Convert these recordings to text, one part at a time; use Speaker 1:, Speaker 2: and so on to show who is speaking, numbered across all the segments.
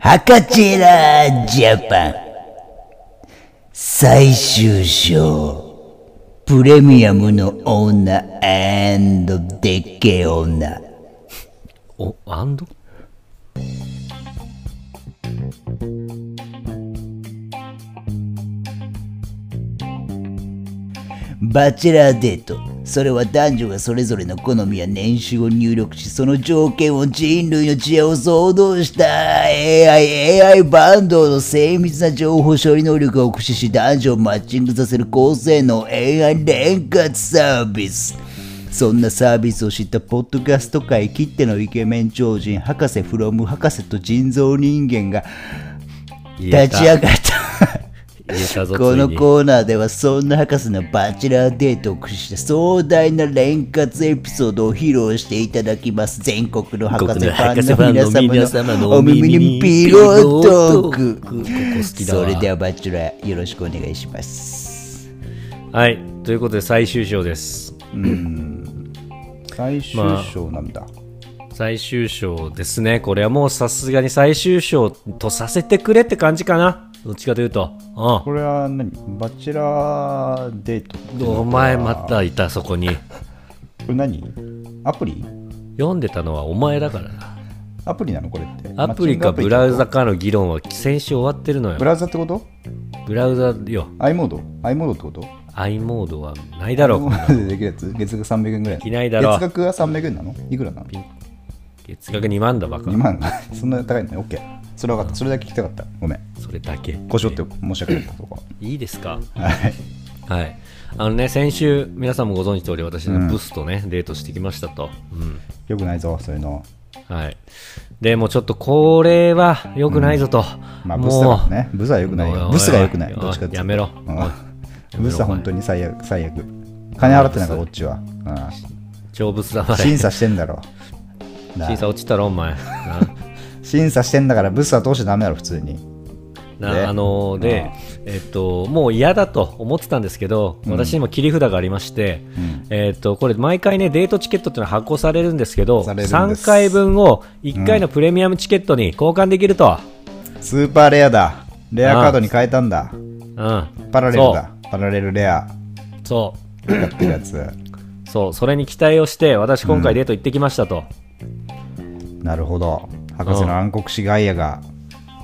Speaker 1: 赤チェラジャパン最終章プレミアムの女でっけえ女
Speaker 2: お、アンド
Speaker 1: バチェラーデートそれは男女がそれぞれの好みや年収を入力しその条件を人類の知恵を総動した AIAI バンドの精密な情報処理能力を駆使し男女をマッチングさせる高性能 AI 連活サービスそんなサービスを知ったポッドキャスト界きってのイケメン超人博士フロム博士と人造人間が立ち上がった
Speaker 2: 言えたぞ、
Speaker 1: この
Speaker 2: ついに
Speaker 1: コーナーではそんな博士のバチェラーデートを駆使した壮大な連活エピソードを披露していただきます全国の博士ファンの皆様のお耳にピロートーク
Speaker 2: ここ好きだわ
Speaker 1: それではバチェラーよろしくお願いします
Speaker 2: はい、ということで最終章です。
Speaker 1: 最終章なんだ、
Speaker 2: 最終章ですね。これはもうさすがに最終章とさせてくれって感じかな。どっちかというと。う
Speaker 3: これは何バチェラーデート
Speaker 2: ん。お前またいた、そこに。
Speaker 3: これ何アプリ
Speaker 2: 読んでたのはお前だからな。
Speaker 3: アプリなのこれって
Speaker 2: アプリかブラウザかの議論は先週終わってるの
Speaker 3: ブ
Speaker 2: よ。
Speaker 3: ラウザってこと
Speaker 2: ブラウザよ。
Speaker 3: i モード i モードってこと
Speaker 2: i モードはないだろ
Speaker 3: i
Speaker 2: う
Speaker 3: モ。ードでできるやつ月額300円ぐらい
Speaker 2: できないだろ
Speaker 3: 月額は300円なのいくらなの
Speaker 2: 月額2万だバカ
Speaker 3: ?2。万そんな高いのね OK それは分かったそれだけ聞きたかったごめん
Speaker 2: それだけ。
Speaker 3: 故障って申し訳なかったとか
Speaker 2: いいですか
Speaker 3: はい
Speaker 2: はい。あのね、先週、皆さんもご存知通り、私ね、ブスとね、デートしてきましたと。うん。
Speaker 3: よくないぞそういうの
Speaker 2: はい。でもうちょっとこれは良くないぞと。
Speaker 3: まあブスだ
Speaker 2: も
Speaker 3: か
Speaker 2: う、
Speaker 3: らねブスはよくない
Speaker 2: も
Speaker 3: よ
Speaker 2: う
Speaker 3: ブスがよくな
Speaker 2: お
Speaker 3: い
Speaker 2: お
Speaker 3: どっちかっていうと
Speaker 2: やめろ
Speaker 3: う
Speaker 2: お
Speaker 3: ん
Speaker 2: いやめろ
Speaker 3: ブスは本当に最悪最悪金払ってないからこっちはうん
Speaker 2: 超ブスだから。
Speaker 3: 審査してんだろ。な
Speaker 2: 審査落ちたろ、お前。
Speaker 3: 審査してんだからブスは通しちゃダメだろ、普通に。
Speaker 2: な
Speaker 3: ね
Speaker 2: なあので、えっと、もう嫌だと思ってたんですけど、私にも切り札がありまして、えっと、これ、毎回ね、デートチケットっていうのは発行されるんですけど、
Speaker 3: されるんです
Speaker 2: 3回分を1回のプレミアムチケットに交換できると。
Speaker 3: スーパーレアだ。レアカードに変えたんだ。
Speaker 2: うん。
Speaker 3: パラレルだ。パラレルレア。
Speaker 2: そう。そう
Speaker 3: やってる やつ。
Speaker 2: そう、それに期待をして、私、今回デート行ってきましたと。
Speaker 3: なるほど。博士の暗黒死ガイアが、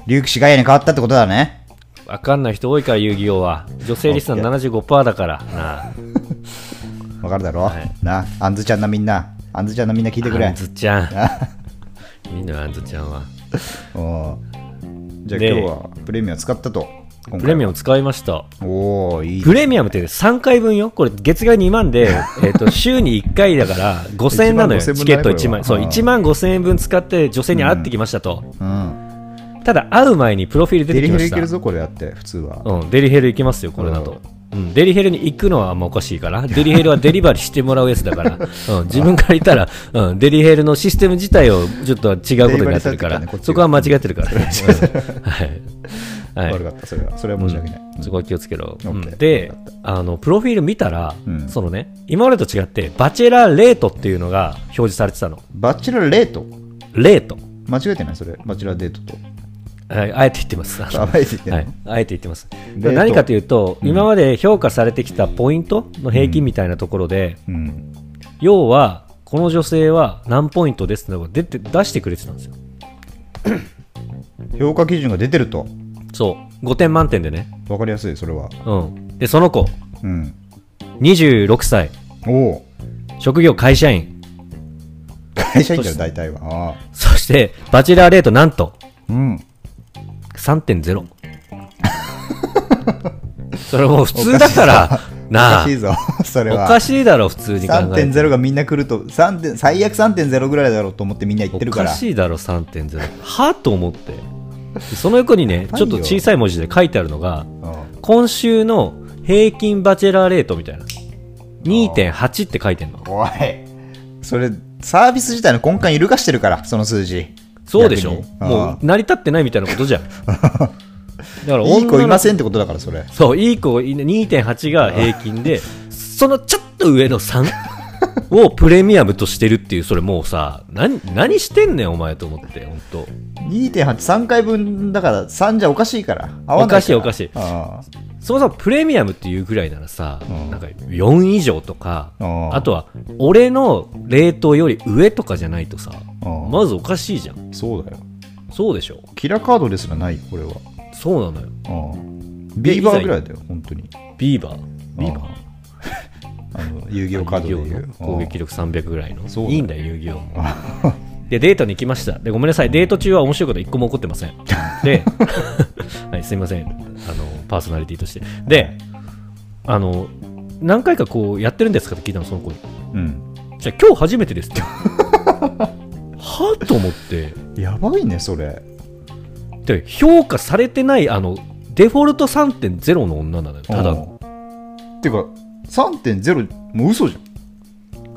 Speaker 3: 竜騎士ガイアに変わったってことだね。
Speaker 2: わかんない人多いから、遊戯王は。女性リスナー75%だから。なあ。
Speaker 3: わかるだろ、な、あんずちゃんなみんな。あんずちゃんなみんな聞いてく
Speaker 2: あ
Speaker 3: れ
Speaker 2: ん。ずちゃん。いいのよ、あんずちゃんは。
Speaker 3: おうじゃあ
Speaker 2: で
Speaker 3: 今日はプレミアム使ったと。今回
Speaker 2: プレミアム使いました。
Speaker 3: おおいい。
Speaker 2: プレミアムってね3回分よ。これ、月額2万 で、えっと、週に1回だから、5000円なのよ。
Speaker 3: 15000分だ
Speaker 2: チ
Speaker 3: ね
Speaker 2: ケット1
Speaker 3: これ
Speaker 2: 万。
Speaker 3: は
Speaker 2: そう、
Speaker 3: うん
Speaker 2: 1万5000円分使って、女性に会ってきましたと。
Speaker 3: うん。
Speaker 2: ただ、会う前にプロフィール出
Speaker 3: デ
Speaker 2: てき
Speaker 3: リヘ
Speaker 2: ま
Speaker 3: ルい
Speaker 2: した。
Speaker 3: けるぞ、これやって、普通は。
Speaker 2: うん、デリヘル行きますよ、これだと。うん、デリヘルに行くのはあんまおかしいから、デリヘルはデリバリーしてもらうやつだ から、うん、自分から言ったら、うん、デリヘルのシステム自体をちょっと違うことになってるから、
Speaker 3: デリバリーされてたねこっちが
Speaker 2: そこは間違ってるから、ね、はい、はい
Speaker 3: 悪かった、それは。それは申し訳ない。
Speaker 2: そこは気をつけろ、
Speaker 3: ケー
Speaker 2: うんであのプロフィール見たら、
Speaker 3: うん
Speaker 2: そのね今までと違ってバチェラーレートっていうのが表示されてたの
Speaker 3: バチェラーレート
Speaker 2: レート
Speaker 3: 間違えてないそれバチェラーデートと。
Speaker 2: はいあえて言ってます
Speaker 3: あ、バイて
Speaker 2: は
Speaker 3: ないい、、
Speaker 2: あえて言ってます。
Speaker 3: レート
Speaker 2: 何かというと、今まで評価されてきたポイントの平均みたいなところで、
Speaker 3: うん。
Speaker 2: 要は、この女性は何ポイントですってのが出て出してくれてたんですよ。
Speaker 3: 評価基準が出てると。
Speaker 2: そう、5点満点でね。
Speaker 3: わかりやすい、それは。
Speaker 2: うん、で、その子、
Speaker 3: うん。
Speaker 2: 26歳、
Speaker 3: おお。
Speaker 2: 職業会社員、
Speaker 3: 会社員だよ、大体は。ああ。
Speaker 2: そして、バチェラーレートなんと
Speaker 3: うん。
Speaker 2: 3.0。それもう普通だから、
Speaker 3: お
Speaker 2: な
Speaker 3: か
Speaker 2: あ
Speaker 3: しい。ぞ、 それ
Speaker 2: お
Speaker 3: は。
Speaker 2: かしいだろ、普通に考えて。
Speaker 3: 3.0がみんな来ると、3点最悪3.0ぐらいだろうと思ってみんな言ってる
Speaker 2: お
Speaker 3: か。
Speaker 2: からしいだろ3.0はと思ってその横にね
Speaker 3: 高い
Speaker 2: ちょ
Speaker 3: よ
Speaker 2: っと小さい文字で書いてあるのが
Speaker 3: うん
Speaker 2: 今週の平均バチェラーレートみたいな2.8って書いてんの
Speaker 3: おい。それ、サービス自体の根幹揺るがしてるから、その数字。
Speaker 2: そうでしょ
Speaker 3: 逆に
Speaker 2: もう成り立ってないみたいなことじゃ んだから
Speaker 3: いい子いま
Speaker 2: ん
Speaker 3: せんってことだから、それ。
Speaker 2: そういい子い2.8が平均でそのちょっと上の3をプレミアムとしてるっていう、それもうさ、何、何してんねん、お前と思って、本当
Speaker 3: 2.83回分だから3じゃおかしいから合
Speaker 2: おかしいおかしい
Speaker 3: あ
Speaker 2: そもそもプレミアムっていうぐらいならさ、
Speaker 3: うん
Speaker 2: なんか4以上とか、
Speaker 3: うん
Speaker 2: あとは、俺の冷凍より上とかじゃないとさ、
Speaker 3: うん
Speaker 2: まずおかしいじゃん。
Speaker 3: そうだよ
Speaker 2: そうでしょ
Speaker 3: キラーカードですらないこれは
Speaker 2: そうなのよ。
Speaker 3: ああビーバーぐらいだよ本当に
Speaker 2: ビーバー。ビーバー
Speaker 3: あ ああの遊戯王カードで
Speaker 2: 遊
Speaker 3: い
Speaker 2: 戯王
Speaker 3: う
Speaker 2: の攻撃力300ぐらいの。
Speaker 3: そうだ
Speaker 2: いいんだよ、遊戯王も。 で、デートに行きました。で、ごめんなさい。デート中は面白いこと一個も起こってません。で、 はい、すいません。あの、パーソナリティとして。で、あの、何回かこう、やってるんですかって聞いたの、その子に。
Speaker 3: うん
Speaker 2: じゃあ今日初めてですっ て。はと思って。
Speaker 3: やばいねそれ
Speaker 2: で、評価されてない、あの、デフォルト3.0の女なのよ。ただの。
Speaker 3: うんてか3.0もう嘘じ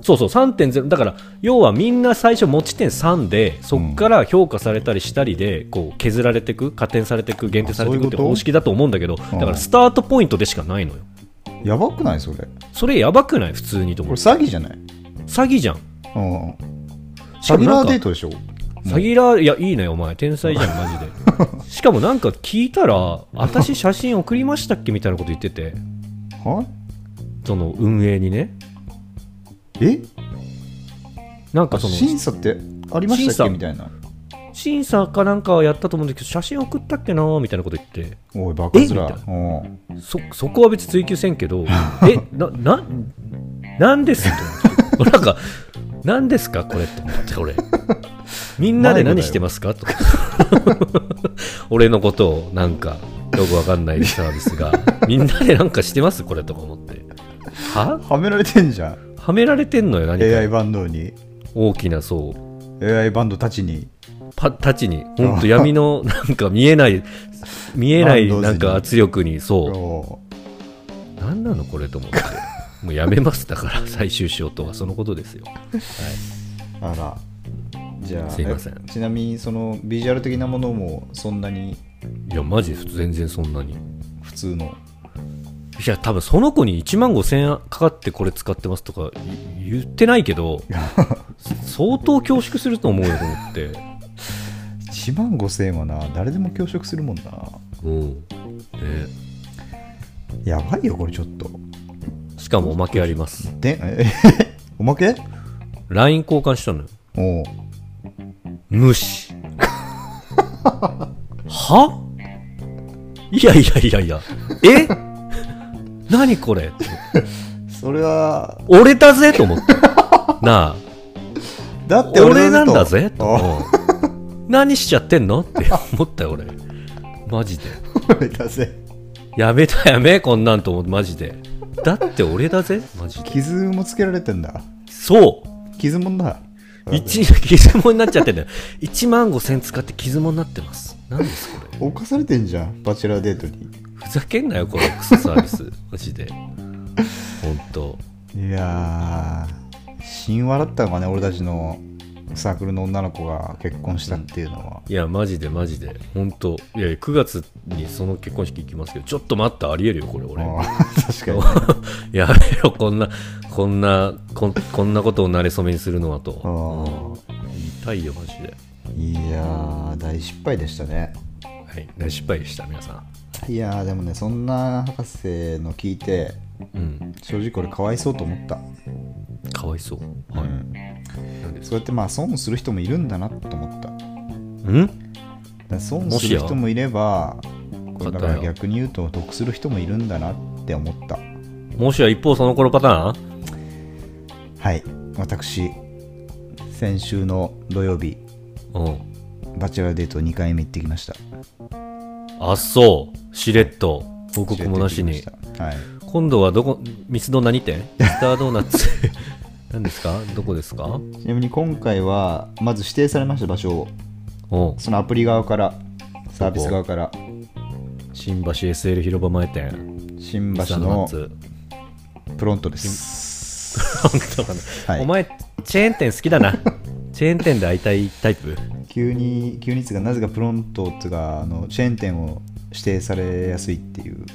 Speaker 2: そうそう3.0だから要はみんな最初持ち点3でそこから評価されたりしたりで、こう削られていく加点されていく減定されていく
Speaker 3: あそ
Speaker 2: っ
Speaker 3: ういう
Speaker 2: て
Speaker 3: こと
Speaker 2: 方式だと思うんだけどだ
Speaker 3: うん
Speaker 2: からスタートポイントでしかないのよ
Speaker 3: ゃんやばくないそれこ
Speaker 2: それやばくない普通にと
Speaker 3: れ
Speaker 2: 思う
Speaker 3: 詐欺じゃない
Speaker 2: 詐欺じゃん
Speaker 3: うん
Speaker 2: しか
Speaker 3: サ
Speaker 2: も
Speaker 3: ビ
Speaker 2: な
Speaker 3: ラ
Speaker 2: ん
Speaker 3: ー
Speaker 2: か
Speaker 3: デートでしょ
Speaker 2: 詐欺らいやいいねお前天才じゃんマジでしかもなんか聞いたら私写真送りましたっけみたいなこと言ってて
Speaker 3: は
Speaker 2: その運営にね
Speaker 3: え
Speaker 2: なんかその
Speaker 3: 審査ってありまし
Speaker 2: 審
Speaker 3: たっ
Speaker 2: 査
Speaker 3: けみたいな
Speaker 2: 審査かなんかはやったと思うんだけど写真送ったっけなみたいなこと言って
Speaker 3: おいバカずら
Speaker 2: えみた
Speaker 3: うん
Speaker 2: そそこは別に追求せんけどえなななんですと なんかなんですかこれって思って俺みんなで何してますかと 俺のことをなんかよくわかんないサービスがみんなでなんかしてますこれとか思っては
Speaker 3: はめられてんじゃん
Speaker 2: はめられてんのよ何か
Speaker 3: AI バンドに
Speaker 2: 大きなそう
Speaker 3: AI バンドたちに
Speaker 2: パたちに本当闇のなんか見えない見えないなんか圧力にそう
Speaker 3: お
Speaker 2: 何なのこれと思ってもうやめますだ から最終章とはそのことですよ、はい、
Speaker 3: あらじゃあ
Speaker 2: すいません
Speaker 3: えちなみにそのビジュアル的なものもそんなに
Speaker 2: いやマジ普通全然そんなにい
Speaker 3: 普通の
Speaker 2: や多分その子に1万5000円かかってこれ使ってますとかい言ってないけ ど相当恐縮すると思うよと思って
Speaker 3: 1万5000円はな誰でも恐縮するもんな
Speaker 2: うんね
Speaker 3: やばいよこれちょっと
Speaker 2: しかもおまけあります
Speaker 3: でえ おまけ
Speaker 2: LINE 交換したのよ
Speaker 3: おう
Speaker 2: 無 視はいやいやいやいやえ何これって
Speaker 3: それは
Speaker 2: 俺だぜと思 って。なあ、
Speaker 3: だって
Speaker 2: 俺
Speaker 3: 俺
Speaker 2: なんだぜ
Speaker 3: とおう
Speaker 2: と。うん 何しちゃってんのって思ったよ、俺。マジで。
Speaker 3: 俺だぜ
Speaker 2: やめたやめ、こんなんと思って、マジで。だって俺だぜ、マジで。
Speaker 3: 傷もつけられてんだ
Speaker 2: そう
Speaker 3: 傷もんだ
Speaker 2: 一、 傷もになっちゃってんだよ。1万5千使って傷もになってます。何ですこれ。
Speaker 3: 犯されてんじゃんバチェラーデートに
Speaker 2: ふざけんなよ、このクソサービス。 マジで。ほんと。
Speaker 3: いやー神話だったのかね俺たちのサークルの女の子が結婚したっていうのは、
Speaker 2: いや、マジでマジで。ほんと。いやいや、9月にその結婚式行きますけど、ちょっと待った、ありえるよ、これ、俺。
Speaker 3: あー確か に
Speaker 2: やめろ、こんな、こんな、こんこんなことを慣れ初めにするのはと。
Speaker 3: あ
Speaker 2: うん痛いよ、マジで。
Speaker 3: いやー大失敗でしたね
Speaker 2: はい、大失敗でした、皆さん。
Speaker 3: いやーでもねそんな博士の聞いて
Speaker 2: うん、
Speaker 3: 正直これかわいそうと思った、
Speaker 2: かわいそう。
Speaker 3: う
Speaker 2: はい。
Speaker 3: ん、
Speaker 2: なんです
Speaker 3: そうやってまあ損する人もいるんだなと思っただか
Speaker 2: ん
Speaker 3: ら損
Speaker 2: も
Speaker 3: す
Speaker 2: しや
Speaker 3: る人もいればこれだか
Speaker 2: 片
Speaker 3: ら
Speaker 2: や
Speaker 3: 逆に言うと得する人もいるんだなって思った
Speaker 2: もしや一方その頃パターン
Speaker 3: はい私先週の土曜日
Speaker 2: うん。
Speaker 3: バチェラーデート2回目行ってきました
Speaker 2: あ、そう。しれっと。報告もなしに
Speaker 3: 行。ってきましたはい
Speaker 2: 今度はどこ、ミスド何店ミスタードーナツ。 何ですかどこですかうん。
Speaker 3: ちなみに今回はまず指定されました場所をそのアプリ側からサービス側から
Speaker 2: 新橋 SL 広場前店。
Speaker 3: 新
Speaker 2: ミスター
Speaker 3: 橋
Speaker 2: ドーナ
Speaker 3: の
Speaker 2: ツ。
Speaker 3: プロントです
Speaker 2: 本当かな
Speaker 3: はい
Speaker 2: お前チェーン店好きだなチェーン店で会いたいタイプ
Speaker 3: 急に急につがなぜかプロントつがあのチェーン店を指定されやすいっていう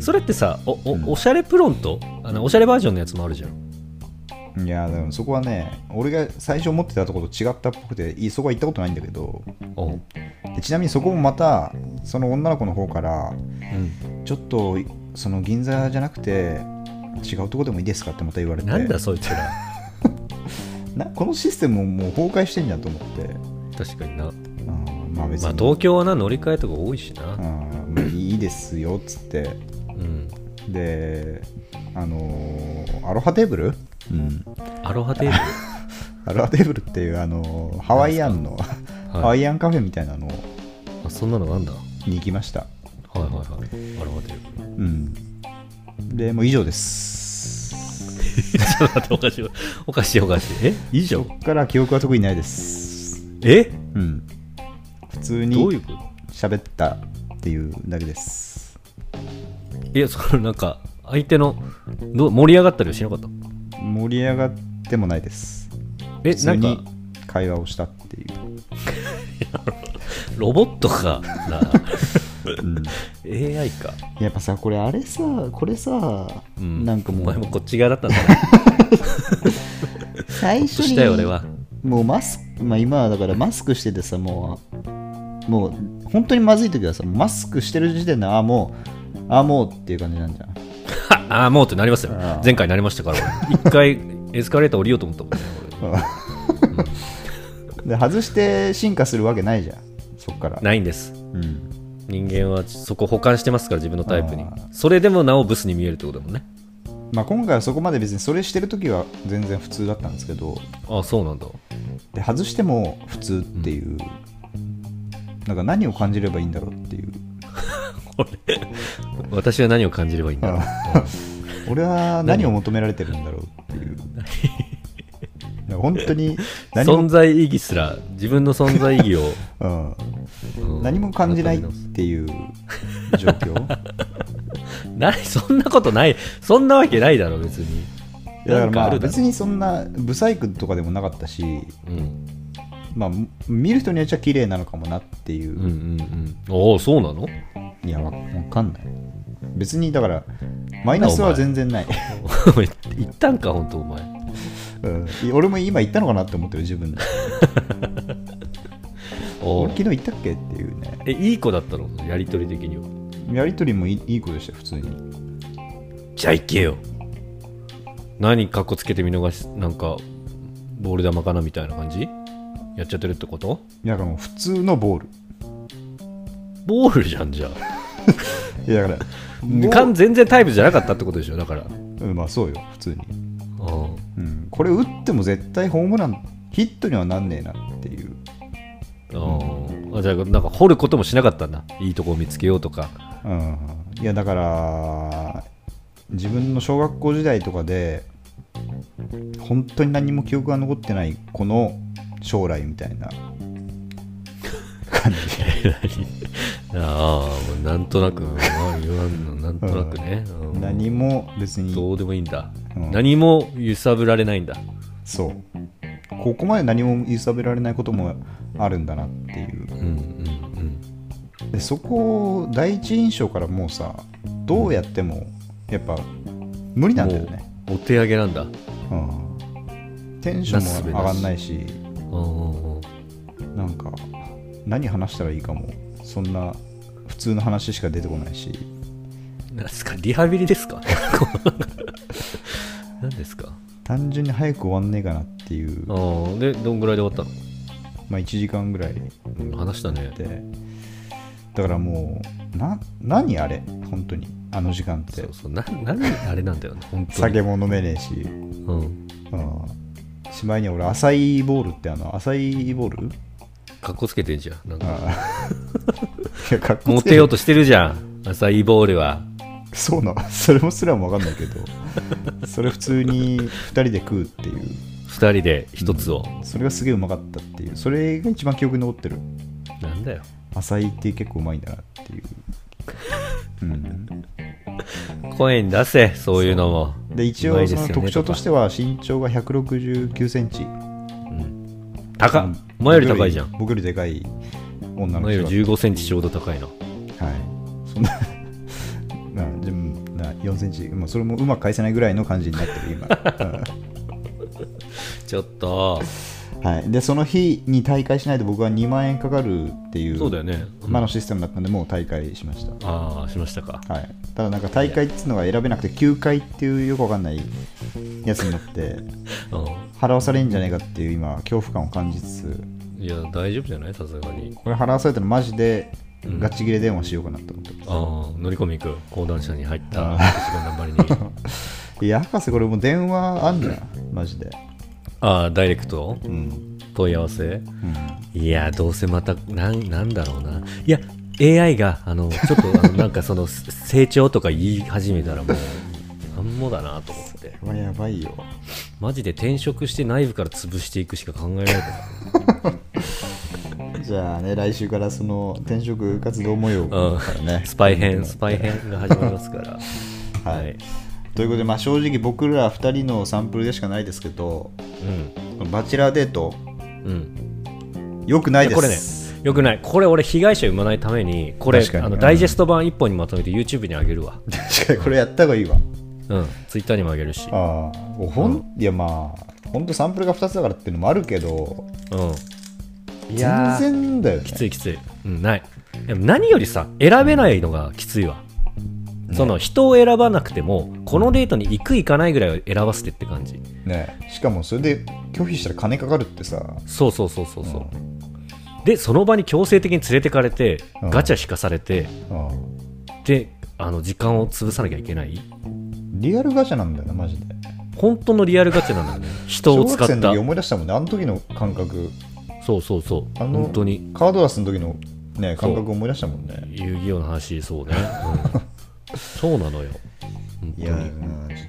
Speaker 2: それってさおおおしゃれプロントあのおしゃれバージョンのやつもあるじゃん
Speaker 3: いやでもそこはね俺が最初思ってたところと違ったっぽくていそこは行ったことないんだけど
Speaker 2: おう
Speaker 3: でちなみにそこもまたその女の子の方から
Speaker 2: うん、
Speaker 3: ちょっとその銀座じゃなくて違うとこでもいいですかってまた言われて
Speaker 2: なんだそいつら
Speaker 3: なこのシステムもう崩壊してんじゃんと思って、
Speaker 2: 確かにな、
Speaker 3: うん、まあ別に、
Speaker 2: まあ、東京はな乗り換えとか多いし
Speaker 3: うん
Speaker 2: な
Speaker 3: まあいいですよっつって
Speaker 2: うん
Speaker 3: であのーアロハテーブル、うん、
Speaker 2: アロハテー ブ
Speaker 3: アロハテーブルっていう、あのーハワイアンの、ハ
Speaker 2: ル、
Speaker 3: ワ
Speaker 2: はい、
Speaker 3: イアンカフェみたいなの
Speaker 2: あそんなのなんだは
Speaker 3: に行きました、
Speaker 2: いはいはいアロハテーブル
Speaker 3: うん、でもう以上です
Speaker 2: ちょっと待って、おかしい、おかしい、おかしい。え以上
Speaker 3: こっから記憶は特にないです、
Speaker 2: え
Speaker 3: うん、普通
Speaker 2: どうい
Speaker 3: に
Speaker 2: うこ
Speaker 3: 喋ったっていうだけです
Speaker 2: といや、そのなんか、相手のどう、盛り上がったりはしなかった
Speaker 3: 盛り上がってもないです
Speaker 2: え、
Speaker 3: 普
Speaker 2: な
Speaker 3: 通
Speaker 2: ん
Speaker 3: に
Speaker 2: か、
Speaker 3: 会話をしたっていう、
Speaker 2: ロボットかな、
Speaker 3: うん、
Speaker 2: AI か。
Speaker 3: やっぱさこれあれさこれさ、
Speaker 2: うん、
Speaker 3: なんかも
Speaker 2: お前
Speaker 3: う
Speaker 2: もこっち側だったんだな。
Speaker 3: 最
Speaker 2: ほっとしたよ、俺は。
Speaker 3: もうマスク、まあ、今はだからマスクしててさ、もう、もう本当にまずい時はさ、マスクしてる時点で、ああ、もう、ああ、もうっていう感じなんじゃん。
Speaker 2: は ああ、もうってなりますよ
Speaker 3: ああ。
Speaker 2: 前回なりましたから、俺一回エスカレーター降りようと思ったもんね、
Speaker 3: で、外して進化するわけないじゃん、そっから。
Speaker 2: 俺。ないんです。
Speaker 3: うん。
Speaker 2: 人間はそこ保管してますから、自分のタイプに
Speaker 3: あ。
Speaker 2: それでもなおブスに見えるってことだもんね。
Speaker 3: まあ、今回はそこまで別にそれしてる時は全然普通だったんですけど、
Speaker 2: ああ、そうなんだ。
Speaker 3: で外しても普通っていう、なんか何を感じればいいんだろうっていう。
Speaker 2: 私は何を感じればいいんだろう。
Speaker 3: 俺は何を求められてるんだろうっていう。なんか本当に何も
Speaker 2: 存在意義すら自分の存在意義を、
Speaker 3: うん
Speaker 2: うん
Speaker 3: 何も感じないっていう状 況
Speaker 2: なそんなことないそんなわけないだろ別に
Speaker 3: いやだからま
Speaker 2: なんかあ
Speaker 3: あ
Speaker 2: るだろ
Speaker 3: 別にそんなブサイクとかでもなかったし、
Speaker 2: うん
Speaker 3: まあ、見る人によっちゃ綺麗なのかもなっていうう、
Speaker 2: んうんうんおおそうなの
Speaker 3: いやわわかんない別にだからマイナスは全然ない、
Speaker 2: 言ったんか本当お前
Speaker 3: うん俺も今言ったのかなって思ってる自分で
Speaker 2: お
Speaker 3: 俺
Speaker 2: う
Speaker 3: 昨日言ったっけっていうね
Speaker 2: えいい子だったのやりとり的には
Speaker 3: やり取りもいいいい子でしたよ普通に
Speaker 2: じゃあ行けよ何かっこつけて見逃しなんかボール球かなみたいな感じやっちゃってるってこと
Speaker 3: いやだからもう普通のボール
Speaker 2: ボールじゃんじゃあ
Speaker 3: いやだから ボー
Speaker 2: 完全然タイプじゃなかったってことでしょだから
Speaker 3: うんまあそうよ普通に
Speaker 2: うん
Speaker 3: うん、これ打っても絶対ホームランヒットにはなんねえなっていう
Speaker 2: あじゃあなんか掘ることもしなかったんだいいとこを見つけようと か
Speaker 3: うん、いやだから自分の小学校時代とかで本当に何も記憶が残ってないこの将来みたいな感じ
Speaker 2: ああもうなんとなくまあ言わんのなんとなくね、うん
Speaker 3: 何も別に
Speaker 2: どうでもいいんだ、
Speaker 3: うん
Speaker 2: 何も揺さぶられないんだ
Speaker 3: そうここまで何も揺さぶられないこともあるんだなっていう
Speaker 2: うんうん
Speaker 3: でそこを第一印象からもうさどうやってもやっぱ無理
Speaker 2: うん
Speaker 3: なんだよ
Speaker 2: も
Speaker 3: ね
Speaker 2: うお手上げなんだ
Speaker 3: うんテンションも上がんないし
Speaker 2: うんうんうん
Speaker 3: なんか何話したらいいかもそんな普通の話しか出てこないし
Speaker 2: なんですかリハビリですか 何ですか
Speaker 3: 単純に早く終わんねえかなっていう
Speaker 2: ああでどんぐらいで終わっ
Speaker 3: まあ、1時間ぐらい
Speaker 2: たの、うん話したね
Speaker 3: でだからもうな何あれ本当にあの時間って
Speaker 2: そうそうな何あれなんだよね本当に
Speaker 3: 酒も飲めねえし、
Speaker 2: うん
Speaker 3: うん、しまいには俺浅いボールってあの浅いボール
Speaker 2: かっこつけてんじゃんなんか
Speaker 3: ああいやかっこつけて
Speaker 2: モテようとしてるじゃん浅いボールは
Speaker 3: そうなのそれもすらも分かんないけどそれ普通に2人で食うっていう
Speaker 2: 2人で1つを、
Speaker 3: それがすげえうまかったっていうそれが一番記憶に残ってる
Speaker 2: なんだよ
Speaker 3: 浅いって結構うまいんだなっていう、うん、
Speaker 2: 声に出せそういうのも
Speaker 3: で一
Speaker 2: うまい
Speaker 3: 応
Speaker 2: です
Speaker 3: そ
Speaker 2: よね
Speaker 3: の特徴としては身長が1 6 9センチ
Speaker 2: 高っお前より高いじゃん
Speaker 3: 僕よりでかい女
Speaker 2: お
Speaker 3: の
Speaker 2: 前
Speaker 3: 人
Speaker 2: よ
Speaker 3: だ
Speaker 2: り1 5ンチちょうど高いな
Speaker 3: はいそんな なでもな4センチ、まあ、それもうまく返せないぐらいの感じになってる今、うん
Speaker 2: ちょっと
Speaker 3: はい、でその日に大会しないと僕は2万円かかるっていう
Speaker 2: そうだよね、うん
Speaker 3: まあのシステムだったんでもう大会しました、
Speaker 2: ああしましたか
Speaker 3: はい、ただなんか大会っていうのが選べなくて休会っていうよくわかんないやつになって
Speaker 2: う
Speaker 3: 払わされんじゃねえかっていう今恐怖感を感じつつ
Speaker 2: んいや大丈夫じゃないさすがに
Speaker 3: これ払わされたらマジでガチ切れ電話しようかなと思ってます、
Speaker 2: ああ乗り込み行く講談社に入った私が頑張り に
Speaker 3: いや博士これもう電話あんじゃんマジで
Speaker 2: ああダイレクト
Speaker 3: うん
Speaker 2: 問い合わせ
Speaker 3: うん
Speaker 2: いやどうせまたなんなんだろうないや AI があのちょっと あのなんかその成長とか言い始めたらもうなんもだなと思って
Speaker 3: これはやばいよ
Speaker 2: マジで転職して内部から潰していくしか考えられない
Speaker 3: じゃあね来週からその転職活動模様
Speaker 2: うん
Speaker 3: からね
Speaker 2: スパイ編、スパイ編が始まりますから。
Speaker 3: はい。ということで、まあ、正直僕ら2人のサンプルでしかないですけど
Speaker 2: うん。
Speaker 3: バチェラーデート
Speaker 2: うん。
Speaker 3: よくないで
Speaker 2: これね
Speaker 3: す、
Speaker 2: よくない。これ俺、被害者生まないために、これ、
Speaker 3: 確かに
Speaker 2: あ
Speaker 3: う
Speaker 2: の
Speaker 3: ん
Speaker 2: ダイジェスト版1本にまとめて YouTube に上げるわ。
Speaker 3: 確かにこれやった方がいいわ
Speaker 2: うん。Twitter にも上げるし。
Speaker 3: ああほん、いやまあほんとサンプルが2つだからっていうのもあるけど
Speaker 2: うん。い
Speaker 3: 全
Speaker 2: やー、
Speaker 3: 然だよね
Speaker 2: きついきつい。うん、ない。でも何よりさ、選べないのがきついわ。その人を選ばなくても、このデートに行く、行かないぐらいを選ばせてって感じ。
Speaker 3: ねしかもそれで拒否したら金かかるってさ
Speaker 2: そうそうそうそうそう。で、その場に強制的に連れてかれて
Speaker 3: う、ん
Speaker 2: ガチャ引かされて、
Speaker 3: ああ
Speaker 2: であの時間を潰さなきゃいけない
Speaker 3: リアルガチャなんだよなマジで
Speaker 2: 本当のリアルガチャなんだよね人を使
Speaker 3: 小学生
Speaker 2: っ
Speaker 3: の
Speaker 2: た
Speaker 3: 時思い出したもんねあの時の感覚
Speaker 2: そうそうそう
Speaker 3: あの
Speaker 2: 本当に
Speaker 3: カードラスの時のね感覚思い出したもんね
Speaker 2: 遊戯王の話そうね、 うん、そうなのよ本当
Speaker 3: いや
Speaker 2: に
Speaker 3: ーちょっ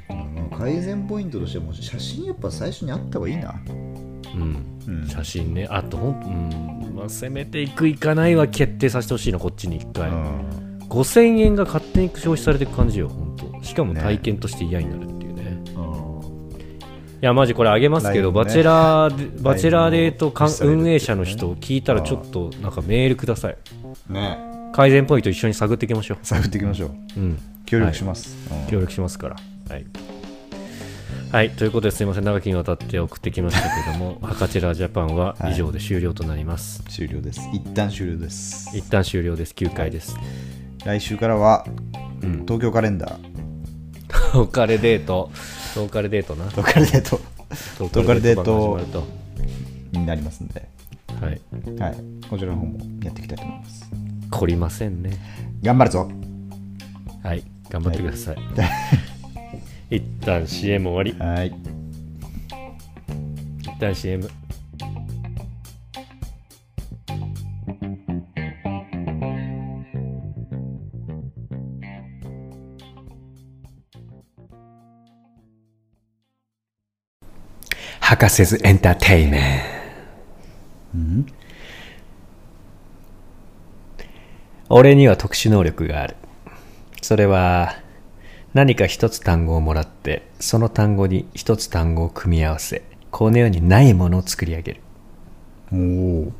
Speaker 3: ともう改善ポイントとしても写真やっぱ最初にあった方がいいな
Speaker 2: うん
Speaker 3: うん
Speaker 2: 写真ねあとほん、うんまあ、せめていくいかないは決定させてほしいなこっちに1回、
Speaker 3: うん
Speaker 2: 5000円が勝手に消費されていく感じよ本当しかも
Speaker 3: ね
Speaker 2: 体験として嫌になるっていうねいやマジこれあげますけど、
Speaker 3: 来年ね
Speaker 2: バチェラーでバチェラーデートかん
Speaker 3: ライブの
Speaker 2: 運営者の人聞いたらちょっとなんかメールください
Speaker 3: ね
Speaker 2: 改善ポイント一緒に探っていきましょ
Speaker 3: 探っていきましょう
Speaker 2: う、うん、
Speaker 3: 協力します、うん
Speaker 2: 協力しますからはい、はい、ということですいません長きにわたって送ってきましたけども「 ハカチェラジャパン」は以上で終了となります、
Speaker 3: 終了です一旦終了です
Speaker 2: 一旦終了です9回です、
Speaker 3: 来週からは
Speaker 2: うん、
Speaker 3: 東京カレンダー
Speaker 2: トーカレデートトーカレデートな
Speaker 3: 東カレデート
Speaker 2: ト
Speaker 3: ーカレデート
Speaker 2: が始まる
Speaker 3: になりますんで、
Speaker 2: とはい
Speaker 3: はい、こちらの方もやっていきたいと思います
Speaker 2: 懲りませんね
Speaker 3: 頑張るぞ
Speaker 2: はい頑張ってください、 一旦 CM 終わ
Speaker 3: はい
Speaker 2: り一旦 CM
Speaker 4: 博士ズエンターテイメン俺には特殊能力があるそれは何か一つ単語をもらってその単語に一つ単語を組み合わせこの世にないものを作り上げる
Speaker 3: おお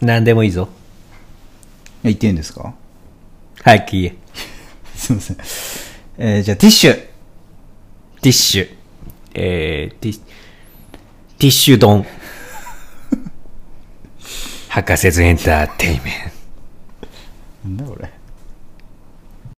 Speaker 4: 何でもいいぞ
Speaker 3: 言っていいんで すか
Speaker 4: 早く言え
Speaker 3: すいません、えーじゃあティッシュ
Speaker 4: ティッシュえー、ティッティッシュ 丼博士ズエンターテイメン
Speaker 3: なんだこれ